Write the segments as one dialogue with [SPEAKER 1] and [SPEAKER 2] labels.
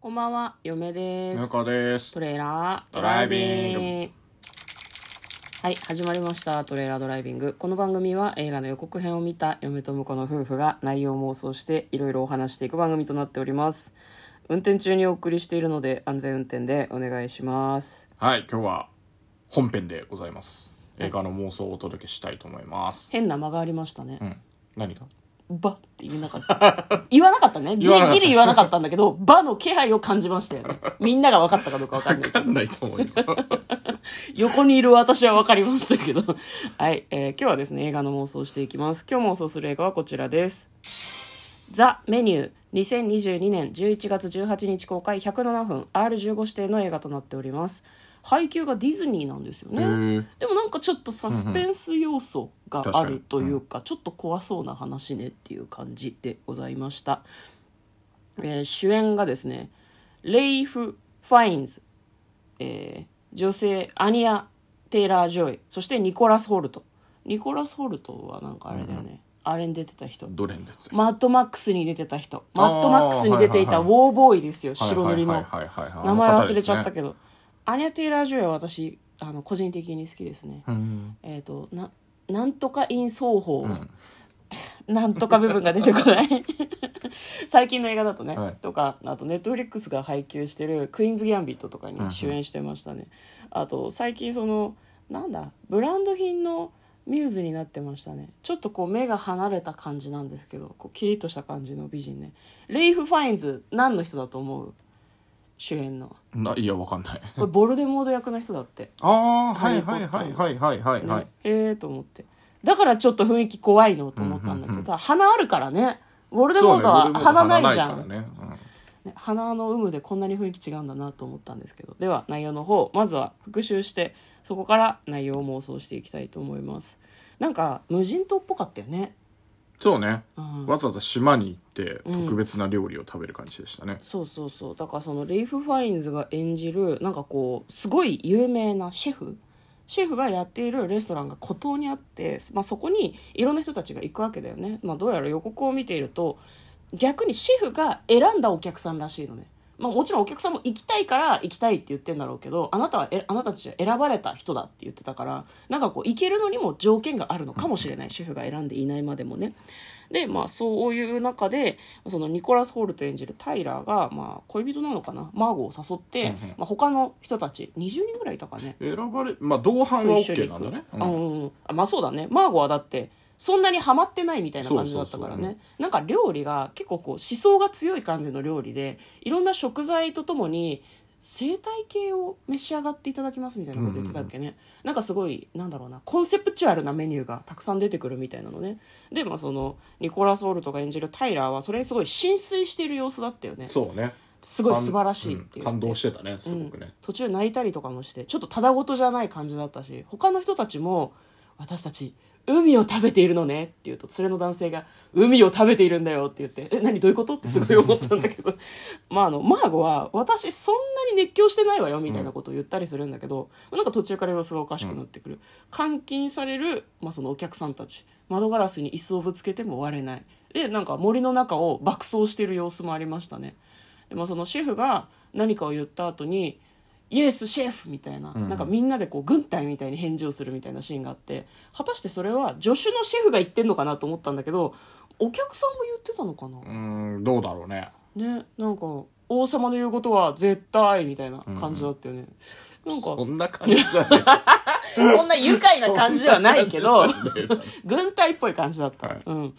[SPEAKER 1] こんばんは、嫁で
[SPEAKER 2] ぬ
[SPEAKER 1] す。
[SPEAKER 2] かです
[SPEAKER 1] ト。レーラード
[SPEAKER 2] ド
[SPEAKER 1] ラ
[SPEAKER 2] ラ
[SPEAKER 1] イ
[SPEAKER 2] イ
[SPEAKER 1] ビ
[SPEAKER 2] ビ
[SPEAKER 1] ン
[SPEAKER 2] ン
[SPEAKER 1] グ
[SPEAKER 2] グ
[SPEAKER 1] はい始まりました「トレーラードライビング」この番組は映画の予告編を見た嫁と婿の夫婦が内容を妄想していろいろお話していく番組となっております運転中にお送りしているので安全運転でお願いします
[SPEAKER 2] はい、今日は本編でございます。映画の妄想をお届けしたいと思います。
[SPEAKER 1] 変な間がありましたね
[SPEAKER 2] う、ん。何か
[SPEAKER 1] バって言えなかった言わなかったねギ
[SPEAKER 2] 言
[SPEAKER 1] リ
[SPEAKER 2] わなかった
[SPEAKER 1] ギリ言わなかったんだけどバの気配を感じましたよねみんなが分かったかどうか分かんない
[SPEAKER 2] わかんないと思うよ。
[SPEAKER 1] 横にいる私は分かりましたけどはい、えー今日はですね映画の妄想をしていきます今日妄想する映画はこちらです「ザ・メニュー」2022年11月18日公開107分 R15 指定の映画となっております配給がディズニーなんですよね、
[SPEAKER 2] へー
[SPEAKER 1] でもなんかちょっとサスペンス要素があるというか,、ちょっと怖そうな話ねっていう感じでございました、えー主演がですねレイフ・ファインズ、えー女性アニア・テイラー・ジョイそしてニコラス・ホルトニコラス・ホルトはなんかあれだよね、あれに出てた人
[SPEAKER 2] どれに出てた
[SPEAKER 1] マッドマックスに出てた人
[SPEAKER 2] あー
[SPEAKER 1] マッドマックスに出ていたウ
[SPEAKER 2] は
[SPEAKER 1] ォー
[SPEAKER 2] いはいはい
[SPEAKER 1] ボーイですよ、白塗り
[SPEAKER 2] は
[SPEAKER 1] の
[SPEAKER 2] いはいはいはいはい
[SPEAKER 1] 名前忘れちゃった
[SPEAKER 2] ど。
[SPEAKER 1] けど、アニャ・テイラー・ジョイは私あの個人的に好きですね、
[SPEAKER 2] うん。
[SPEAKER 1] えっ、とななんとか陰奏法、
[SPEAKER 2] ん
[SPEAKER 1] なんとか部分が出てこ ない最近の映画だとね、
[SPEAKER 2] はい
[SPEAKER 1] とかあとネットフリックスが配給してる「クイーンズ・ギャンビット」とかに主演してましたね、あと最近そのなんだブランド品のミューズになってましたねちょっとこう目が離れた感じなんですけどこうキリッとした感じの美人ねレイフ・ファインズ何の人だと思う主演の
[SPEAKER 2] ないや、わかんない。
[SPEAKER 1] これボルデモード役の人だって
[SPEAKER 2] ああ、
[SPEAKER 1] ハ
[SPEAKER 2] は
[SPEAKER 1] リー
[SPEAKER 2] い
[SPEAKER 1] ポ
[SPEAKER 2] はい
[SPEAKER 1] ッタ
[SPEAKER 2] は
[SPEAKER 1] ー
[SPEAKER 2] いはいはいはいは
[SPEAKER 1] ね
[SPEAKER 2] い。
[SPEAKER 1] ええと思ってだからちょっと雰囲気怖いのと思ったんだけど、ただ鼻あるからねウォルデ
[SPEAKER 2] そ
[SPEAKER 1] モー
[SPEAKER 2] うね
[SPEAKER 1] トは鼻ないじゃ
[SPEAKER 2] ウォ
[SPEAKER 1] ん、
[SPEAKER 2] ルデモートは鼻ないからね
[SPEAKER 1] ね鼻の有無でこんなに雰囲気違うんだなと思ったんですけどでは内容の方まずは復習してそこから内容を妄想していきたいと思いますなんか無人島っぽかったよね
[SPEAKER 2] うんそうね。
[SPEAKER 1] うん
[SPEAKER 2] わざわざ島に行って特別な料理を食べる感じでしたね。
[SPEAKER 1] そうそうそうだからそのレイフ・ファインズが演じるなんかこうすごい有名なシェフシェフがやっているレストランが孤島にあって、まあ、そこにいろんな人たちが行くわけだよね、まあ、どうやら予告を見ていると逆にシェフが選んだお客さんらしいのね、まあ、もちろんお客さんも行きたいから行きたいって言ってんだろうけどあなたはえあなたたちは選ばれた人だって言ってたからなんかこう行けるのにも条件があるのかもしれないシェフが選んでいないまでもねでまあそういう中でそのニコラス・ホールと演じるタイラーが、まあ、恋人なのかなマーゴを誘って、
[SPEAKER 2] うんうん
[SPEAKER 1] まあ、他の人たち20人ぐらいいたかね
[SPEAKER 2] 選ばれ、まあ、同伴は
[SPEAKER 1] 一緒に
[SPEAKER 2] OK
[SPEAKER 1] 行
[SPEAKER 2] な
[SPEAKER 1] く
[SPEAKER 2] んだね。
[SPEAKER 1] あ
[SPEAKER 2] うん
[SPEAKER 1] うんうんあまあそうだねマーゴはだってそんなにハマってないみたいな感じだったからね
[SPEAKER 2] そうそう
[SPEAKER 1] なんか料理が結構こう思想が強い感じの料理でいろんな食材とともに生態系を召し上がっていただきますみたいなこと言ってたっけね、なんかすごいなんだろうなコンセプチュアルなメニューがたくさん出てくるみたいなのねでまあそのニコラス・オルトが演じるタイラーはそれにすごい浸水している様子だったよね
[SPEAKER 2] そうね。
[SPEAKER 1] すごい素晴らしいっていううん
[SPEAKER 2] 感動してたね、すごくね。
[SPEAKER 1] 途中泣いたりとかもしてちょっとただごとじゃない感じだったし他の人たちも私たち海を食べているのねって言うと連れの男性が「海を食べているんだよ」って言って「え何どういうこと?」ってすごい思ったんだけど まああのマーゴは「私そんなに熱狂してないわよ」みたいなことを言ったりするんだけど、なんか途中から様子がおかしくなってくる、監禁される、まあ、そのお客さんたち窓ガラスに椅子をぶつけても割れないでなんか森の中を爆走している様子もありましたねでもそのシェフが何かを言った後に「イエスシェフ!」みたいな,、
[SPEAKER 2] うん
[SPEAKER 1] なんかみんなでこう軍隊みたいに返事をするみたいなシーンがあって果たしてそれは助手のシェフが言ってんのかなと思ったんだけどお客さんも言ってたのかな、
[SPEAKER 2] うーんどうだろうね
[SPEAKER 1] ねなんか「王様の言うことは絶対」みたいな感じだったよね、なんか
[SPEAKER 2] そんな感じだね
[SPEAKER 1] そんな愉快な感じではないけ ど
[SPEAKER 2] そんな感じだね
[SPEAKER 1] 軍隊っぽい感じだった、
[SPEAKER 2] はい
[SPEAKER 1] うん、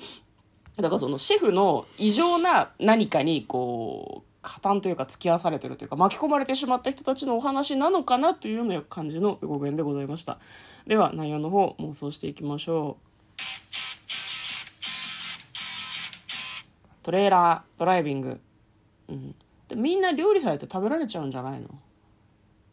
[SPEAKER 1] だからそのシェフの異常な何かにこう加担というか付き合わされてるというか巻き込まれてしまった人たちのお話なのかなというような感じの語源でございましたでは内容の方妄想していきましょうトレーラードライビング、うん、でみんな料理されて食べられちゃうんじゃないの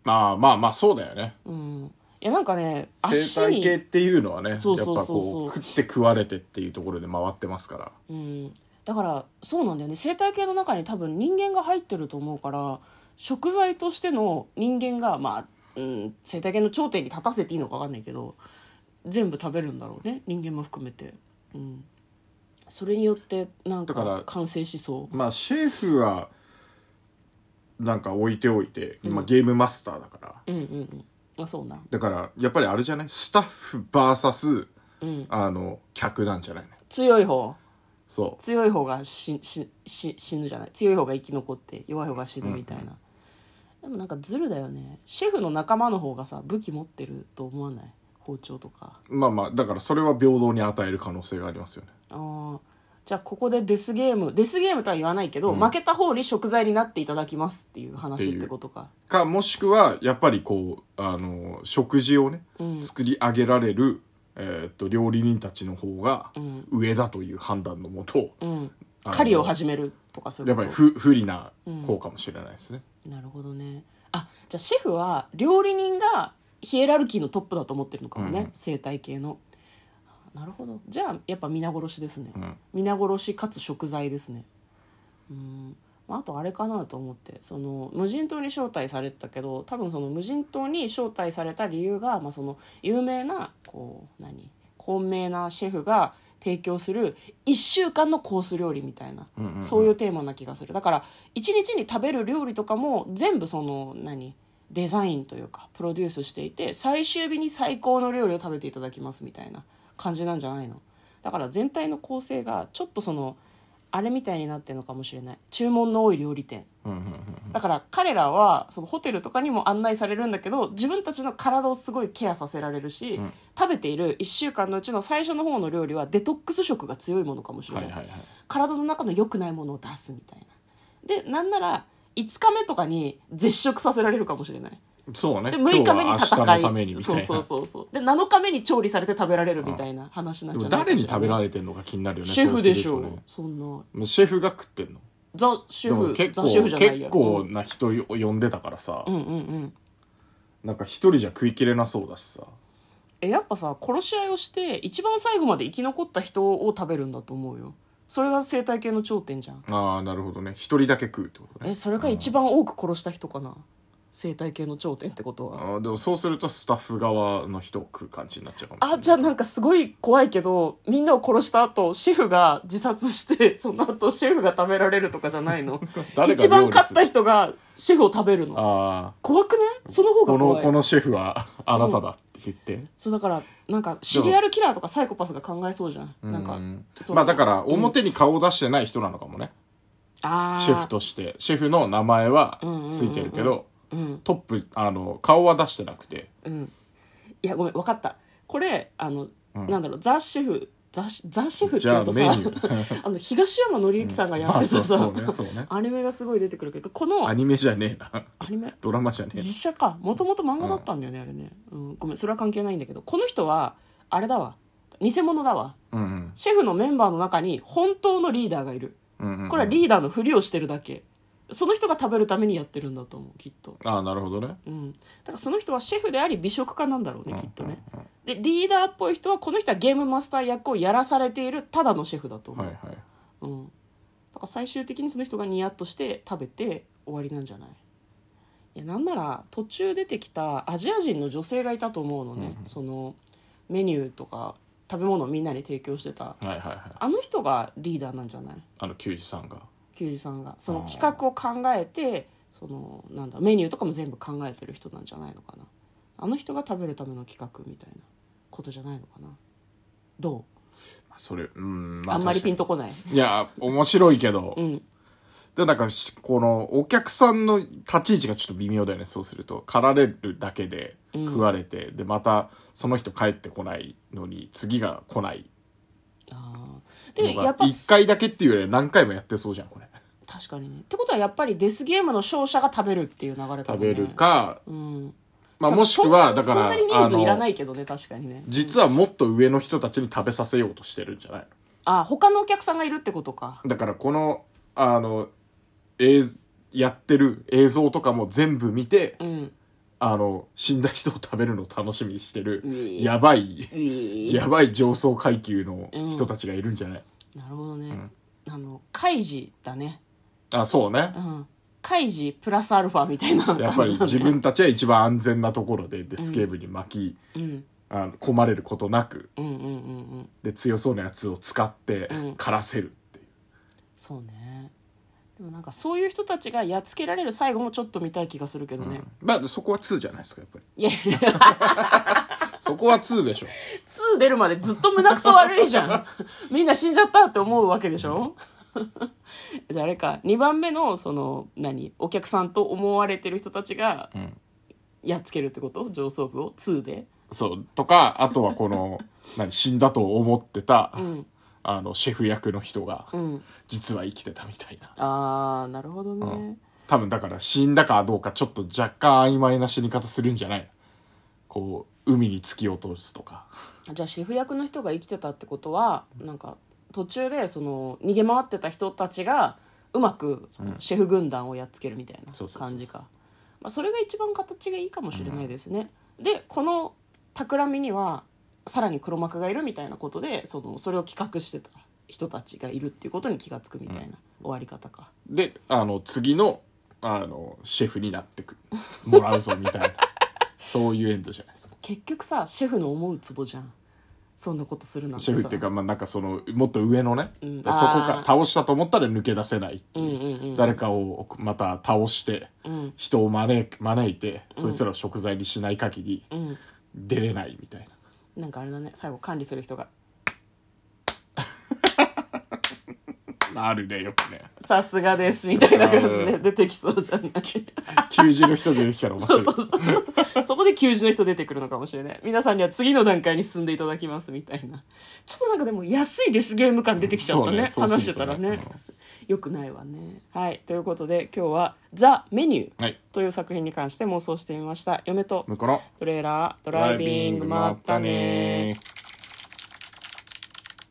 [SPEAKER 2] まあまあまあそうだよね
[SPEAKER 1] うんいやなんかね足
[SPEAKER 2] 生態
[SPEAKER 1] に
[SPEAKER 2] 系っていうのはねやっぱ
[SPEAKER 1] そうそうそうそう
[SPEAKER 2] こう食って食われてっていうところで回ってますから
[SPEAKER 1] うん、だからそうなんだよね生態系の中に多分人間が入ってると思うから食材としての人間が、まあうん、生態系の頂点に立たせていいのか分かんないけど全部食べるんだろうね人間も含めて、うん、それによってなん
[SPEAKER 2] だか
[SPEAKER 1] から完成しそう
[SPEAKER 2] まあシェフはなんか置いておいて、まあ、ゲームマスターだから
[SPEAKER 1] うんうんうんあそうな
[SPEAKER 2] だからやっぱりあれじゃないスタッフ VS、
[SPEAKER 1] うん
[SPEAKER 2] あの客なんじゃないの
[SPEAKER 1] 強い方
[SPEAKER 2] そ
[SPEAKER 1] 強い方がししし死ぬじゃない強い方が生き残って弱い方が死ぬみたいな、でもなんかズルだよねシェフの仲間の方がさ武器持ってると思わない包丁とか
[SPEAKER 2] うまあまあだからそれは平等に与える可能性がありますよね
[SPEAKER 1] あーじゃあここでデスゲームデスゲームとは言わないけど、負けた方に食材になっていただきますっていう話ってことか
[SPEAKER 2] かもしくはやっぱりこうあの食事をね、
[SPEAKER 1] うん
[SPEAKER 2] 作り上げられる、えーっと料理人たちの方が
[SPEAKER 1] うん
[SPEAKER 2] 上だという判断のもと、
[SPEAKER 1] うん
[SPEAKER 2] あの
[SPEAKER 1] 狩りを始めるとかそうい
[SPEAKER 2] や
[SPEAKER 1] う
[SPEAKER 2] っ
[SPEAKER 1] こ
[SPEAKER 2] ぱ
[SPEAKER 1] と
[SPEAKER 2] り不不利な方かもしれないですね、
[SPEAKER 1] なるほどねあじゃあシェフは料理人がヒエラルキーのトップだと思ってるのかもね、
[SPEAKER 2] うん
[SPEAKER 1] 生態系のあなるほどじゃあやっぱ皆殺しですね、
[SPEAKER 2] うん
[SPEAKER 1] 皆殺しかつ食材ですねうんまああとあれかなと思ってその無人島に招待されてたけど多分その無人島に招待された理由が、まあ、その有名なこう何高名なシェフが提供する1週間のコース料理みたいな、
[SPEAKER 2] うんうんうん
[SPEAKER 1] そういうテーマな気がするだから1日に食べる料理とかも全部その何デザインというかプロデュースしていて最終日に最高の料理を食べていただきますみたいな感じなんじゃないのだから全体の構成がちょっとそのあれみたいになってるのかもしれない注文の多い料理店
[SPEAKER 2] うんうんうん
[SPEAKER 1] だから彼らはそのホテルとかにも案内されるんだけど自分たちの体をすごいケアさせられるし、
[SPEAKER 2] ん
[SPEAKER 1] 食べている1週間のうちの最初の方の料理はデトックス食が強いものかもしれ
[SPEAKER 2] は
[SPEAKER 1] ないい、
[SPEAKER 2] はいはい
[SPEAKER 1] 体の中の良くないものを出すみたいなでなんなら5日目とかに絶食させられるかもしれない
[SPEAKER 2] そうね
[SPEAKER 1] で6日目に
[SPEAKER 2] 今日
[SPEAKER 1] 戦
[SPEAKER 2] は明
[SPEAKER 1] い
[SPEAKER 2] 日のためにみたい
[SPEAKER 1] そう
[SPEAKER 2] な
[SPEAKER 1] そうそうそうで7日目に調理されて食べられるみたいな話なん
[SPEAKER 2] で
[SPEAKER 1] じゃ
[SPEAKER 2] も
[SPEAKER 1] ない
[SPEAKER 2] 誰に食べら
[SPEAKER 1] れ
[SPEAKER 2] れてんのか気になるよね
[SPEAKER 1] シェフでし
[SPEAKER 2] そ
[SPEAKER 1] ょ
[SPEAKER 2] う
[SPEAKER 1] う
[SPEAKER 2] するとね
[SPEAKER 1] そんな
[SPEAKER 2] もうシェフが食ってんの
[SPEAKER 1] ザ・シ
[SPEAKER 2] で
[SPEAKER 1] ェ
[SPEAKER 2] も
[SPEAKER 1] フ
[SPEAKER 2] 結
[SPEAKER 1] ザ・
[SPEAKER 2] 構
[SPEAKER 1] シェフじゃないや
[SPEAKER 2] 結構な人を呼んでたからさ、
[SPEAKER 1] うんうんうんうん
[SPEAKER 2] なんか一人じゃ食いきれなそうだしさ
[SPEAKER 1] えやっぱさ殺し合いをして一番最後まで生き残った人を食べるんだと思うよそれが生態系の頂点じゃん
[SPEAKER 2] ああなるほどね一人だけ食うってことね
[SPEAKER 1] えそれが一番多く殺した人かな生態系の頂点ってことは
[SPEAKER 2] あーでもそうするとスタッフ側の人を食う感じになっちゃうかもしれない
[SPEAKER 1] あ、じゃあなんかすごい怖いけど、みんなを殺した後、シェフが自殺して、 その後シェフが食べられるとかじゃないの
[SPEAKER 2] 誰が
[SPEAKER 1] 一
[SPEAKER 2] 料理する
[SPEAKER 1] 番勝った人がシェフを食べるの。
[SPEAKER 2] あ
[SPEAKER 1] 怖くないその方
[SPEAKER 2] ーこ
[SPEAKER 1] が
[SPEAKER 2] の
[SPEAKER 1] 怖い。
[SPEAKER 2] このシェフはあなただって言って、
[SPEAKER 1] そうだから、なんかシリアルキラーとかサイコパスが考えそうじゃん。なんか
[SPEAKER 2] うん、
[SPEAKER 1] その
[SPEAKER 2] まあだから表に顔を出してない人なのかもね、
[SPEAKER 1] あー
[SPEAKER 2] シェフ。としてシェフの名前は
[SPEAKER 1] んうんうんうん
[SPEAKER 2] ついてるけど、
[SPEAKER 1] うん、
[SPEAKER 2] トップあの顔は出してなくて
[SPEAKER 1] うん。いや、ごめん、わかった。これ、あの、
[SPEAKER 2] うん
[SPEAKER 1] なんだろう、ザ・シェフ、ザ・ザシェフって言うと
[SPEAKER 2] じ
[SPEAKER 1] さ
[SPEAKER 2] ゃあメニュ、
[SPEAKER 1] あの、東山紀之さんがや
[SPEAKER 2] ま
[SPEAKER 1] っ
[SPEAKER 2] あ
[SPEAKER 1] て
[SPEAKER 2] そう
[SPEAKER 1] たさ、
[SPEAKER 2] そうねそうね
[SPEAKER 1] アニメがすごい出てくるけど、この
[SPEAKER 2] アニメじゃねえな
[SPEAKER 1] アニメ、
[SPEAKER 2] ドラマじゃねえな
[SPEAKER 1] 実写かもともと漫画だったんだよね、あれね、うん、ごめんそれは関係ないんだけどこの人はあれだわ偽物だわ
[SPEAKER 2] うんうん
[SPEAKER 1] シェフのメンバーの中に本当のリーダーがいる
[SPEAKER 2] うんうんうん
[SPEAKER 1] これはリーダーのふりをしてるだけその人が食べるためにやってるんだと思うきっと、
[SPEAKER 2] ああなるほどね
[SPEAKER 1] うん、だからその人はシェフであり美食家なんだろうねきっとね
[SPEAKER 2] うんうん
[SPEAKER 1] でリーダーっぽい人はこの人はゲームマスター役をやらされているただのシェフだと思
[SPEAKER 2] は
[SPEAKER 1] う、
[SPEAKER 2] いはい
[SPEAKER 1] うん、だから最終的にその人がニヤッとして食べて終わりなんじゃないいやなんなら途中出てきたアジア人の女性がいたと思うのね、そのメニューとか食べ物をみんなに提供してた
[SPEAKER 2] はいはいはい
[SPEAKER 1] あの人がリーダーなんじゃない
[SPEAKER 2] あの球児さんが
[SPEAKER 1] 球児さんがその
[SPEAKER 2] あー
[SPEAKER 1] 企画を考えてそのなんだメニューとかも全部考えてる人なんじゃないのかなあの人が食べるための企画みたいなことじゃないのかなど
[SPEAKER 2] まあそれう
[SPEAKER 1] う、
[SPEAKER 2] ん、
[SPEAKER 1] あ、んまりピン
[SPEAKER 2] と
[SPEAKER 1] とこない
[SPEAKER 2] いや面白いけど、
[SPEAKER 1] うん
[SPEAKER 2] でなんかしこのお客さんの立ち位置がちょっと微妙だよねそうすると狩られるだけで
[SPEAKER 1] うん
[SPEAKER 2] 食われて、でまたその人帰ってこないのに次が来ない
[SPEAKER 1] あーで
[SPEAKER 2] の
[SPEAKER 1] や
[SPEAKER 2] が
[SPEAKER 1] っぱ
[SPEAKER 2] 1回だけっていうより何回もやってそうじゃんこれ
[SPEAKER 1] 確かにねってことはやっぱりデスゲームの勝者が食べるっていう流れかも、ね、
[SPEAKER 2] 食べるか、
[SPEAKER 1] うん
[SPEAKER 2] まあ、もしくはだ
[SPEAKER 1] そ
[SPEAKER 2] か
[SPEAKER 1] ん
[SPEAKER 2] ら
[SPEAKER 1] なに人
[SPEAKER 2] あ
[SPEAKER 1] 数いらな
[SPEAKER 2] の
[SPEAKER 1] いけどね確かにね
[SPEAKER 2] 実はもっと上の人たちに食べさせようとしてるんじゃない
[SPEAKER 1] あ他のお客さんがいるってことか
[SPEAKER 2] のだからこのあの映やってる映像とかも全部見て、
[SPEAKER 1] うん
[SPEAKER 2] あの死んだ人を食べるのを楽しみにしてる
[SPEAKER 1] うえ
[SPEAKER 2] やばい
[SPEAKER 1] い
[SPEAKER 2] やばい上層階級の人たちがいるんじゃない、
[SPEAKER 1] なるほどね、あのカイジだね
[SPEAKER 2] あそうね
[SPEAKER 1] うんカイジプラスアルファみたいな感じだ、
[SPEAKER 2] や
[SPEAKER 1] ね、
[SPEAKER 2] っぱり自分たちは一番安全なところでデスケーブに巻
[SPEAKER 1] う
[SPEAKER 2] き、
[SPEAKER 1] ん
[SPEAKER 2] あの込まれることなく
[SPEAKER 1] うんうんうんうん
[SPEAKER 2] で強そうなやつを使って
[SPEAKER 1] うん
[SPEAKER 2] 狩らせるっていう、
[SPEAKER 1] そうねでもなんかそういう人たちがやっつけられる最後もちょっと見たい気がするけどね、
[SPEAKER 2] まあそこは2じゃないですかやっぱ
[SPEAKER 1] い
[SPEAKER 2] り
[SPEAKER 1] や
[SPEAKER 2] そこは2でしょ
[SPEAKER 1] 2出るまでずっと胸くそ悪いじゃ んみんな死んじゃったって思うわけでしょ じゃああれか2番目のその何お客さんと思われてる人たちが
[SPEAKER 2] ん
[SPEAKER 1] やっつけるってこと上層部を2で
[SPEAKER 2] そうとかあとは この何死んだと思ってた、
[SPEAKER 1] ん
[SPEAKER 2] あのシェフ役の人が、
[SPEAKER 1] うん
[SPEAKER 2] 実は生きてたみたいな、
[SPEAKER 1] ああなるほどね、
[SPEAKER 2] うん多分だから死んだかどうかちょっと若干曖昧な死に方するんじゃないこう海に突き落とすとか
[SPEAKER 1] じゃあシェフ役の人が生きてたってことはなんか途中でその逃げ回ってた人たちがうまくそのシェフ軍団をやっつけるみたいな
[SPEAKER 2] そうそうそう
[SPEAKER 1] 感じかまあそれが一番形がいいかもしれないですね、でこの企みにはさらに黒幕がいるみたいなことでそのそれを企画してた人たちがいるっていうことに気が付くみたいな、終わり方か
[SPEAKER 2] であの次のあのシェフになってくもらうぞみたいなそういうエンドじゃない ですか
[SPEAKER 1] 結局さシェフの思うツボじゃんそんなことするなんてさ
[SPEAKER 2] シェフっていうか、まあ、なんかそのもっと上のね、
[SPEAKER 1] うん
[SPEAKER 2] そこ
[SPEAKER 1] あ
[SPEAKER 2] か
[SPEAKER 1] ー
[SPEAKER 2] 倒したと思ったら抜け出せないっていう,、
[SPEAKER 1] うんうんうん
[SPEAKER 2] 誰かをまた倒して、
[SPEAKER 1] ん
[SPEAKER 2] 人を招く招いてそいつらを食材にしない限り
[SPEAKER 1] うん
[SPEAKER 2] 出れないみたいな、
[SPEAKER 1] なんかあれだね最後管理する人が
[SPEAKER 2] あるねよくね
[SPEAKER 1] さすがですみたいな感じ
[SPEAKER 2] う
[SPEAKER 1] で
[SPEAKER 2] ん
[SPEAKER 1] 出てきそうじゃない
[SPEAKER 2] 給仕の人出てきたら 面白い
[SPEAKER 1] そこで給仕の人出てくるのかもしれない皆さんには次の段階に進んでいただきますみたいなちょっとなんかでも安いレスゲーム感出てきちゃったね,、
[SPEAKER 2] うんそうねそう
[SPEAKER 1] 話
[SPEAKER 2] す
[SPEAKER 1] して
[SPEAKER 2] る
[SPEAKER 1] た
[SPEAKER 2] とね
[SPEAKER 1] らね、よくないわねはいということで今日は「ザ・メニュー
[SPEAKER 2] はい」
[SPEAKER 1] という作品に関して妄想してみました嫁と
[SPEAKER 2] 向こうの
[SPEAKER 1] トレーラード
[SPEAKER 2] ド
[SPEAKER 1] ライビングまったね
[SPEAKER 2] ライビングまったね